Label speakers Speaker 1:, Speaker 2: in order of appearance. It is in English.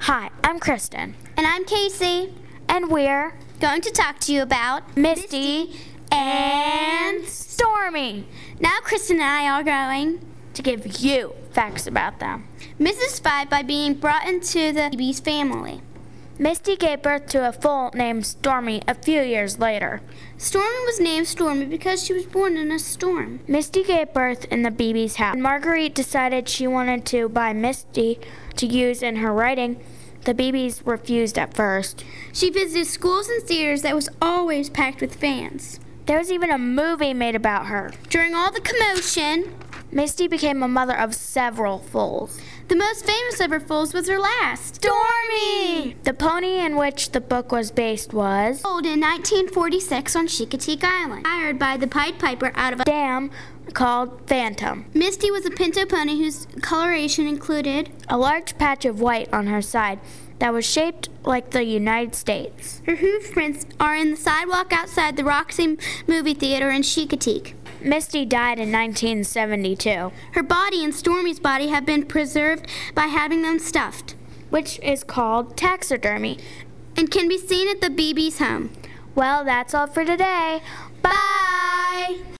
Speaker 1: Hi, I'm Kristen,
Speaker 2: And I'm Casey.
Speaker 1: and we're
Speaker 2: Going to talk to you about
Speaker 1: Misty
Speaker 2: and
Speaker 1: Stormy
Speaker 2: now Kristen and I are going.
Speaker 1: to give you facts about them.
Speaker 2: Mrs. Spy by being brought into the baby's family.
Speaker 1: Misty gave birth to a foal named Stormy a few years later.
Speaker 2: Stormy was named Stormy because she was born in a storm.
Speaker 1: Misty gave birth in the BB's house. When Marguerite decided she wanted to buy Misty to use in her writing, the BBs refused at first.
Speaker 2: She visited schools and theaters that was always packed with fans.
Speaker 1: There was even a movie made about her.
Speaker 2: During all the commotion,
Speaker 1: Misty became a mother of several foals.
Speaker 2: the most famous of her foals was her last, Stormy!
Speaker 1: The pony in which the book was based was
Speaker 2: Sold in 1946 on Chicoteague Island, hired by the Pied Piper out of a
Speaker 1: dam called Phantom.
Speaker 2: Misty was a pinto pony whose coloration included
Speaker 1: a large patch of white on her side that was shaped like the United States.
Speaker 2: her hoof prints are in the sidewalk outside the Roxy movie theater in Chicoteague.
Speaker 1: Misty died in 1972,
Speaker 2: Her body and Stormy's body have been preserved by having them stuffed
Speaker 1: which is called taxidermy.
Speaker 2: and can be seen at the BB's home.
Speaker 1: Well, that's all for today. Bye!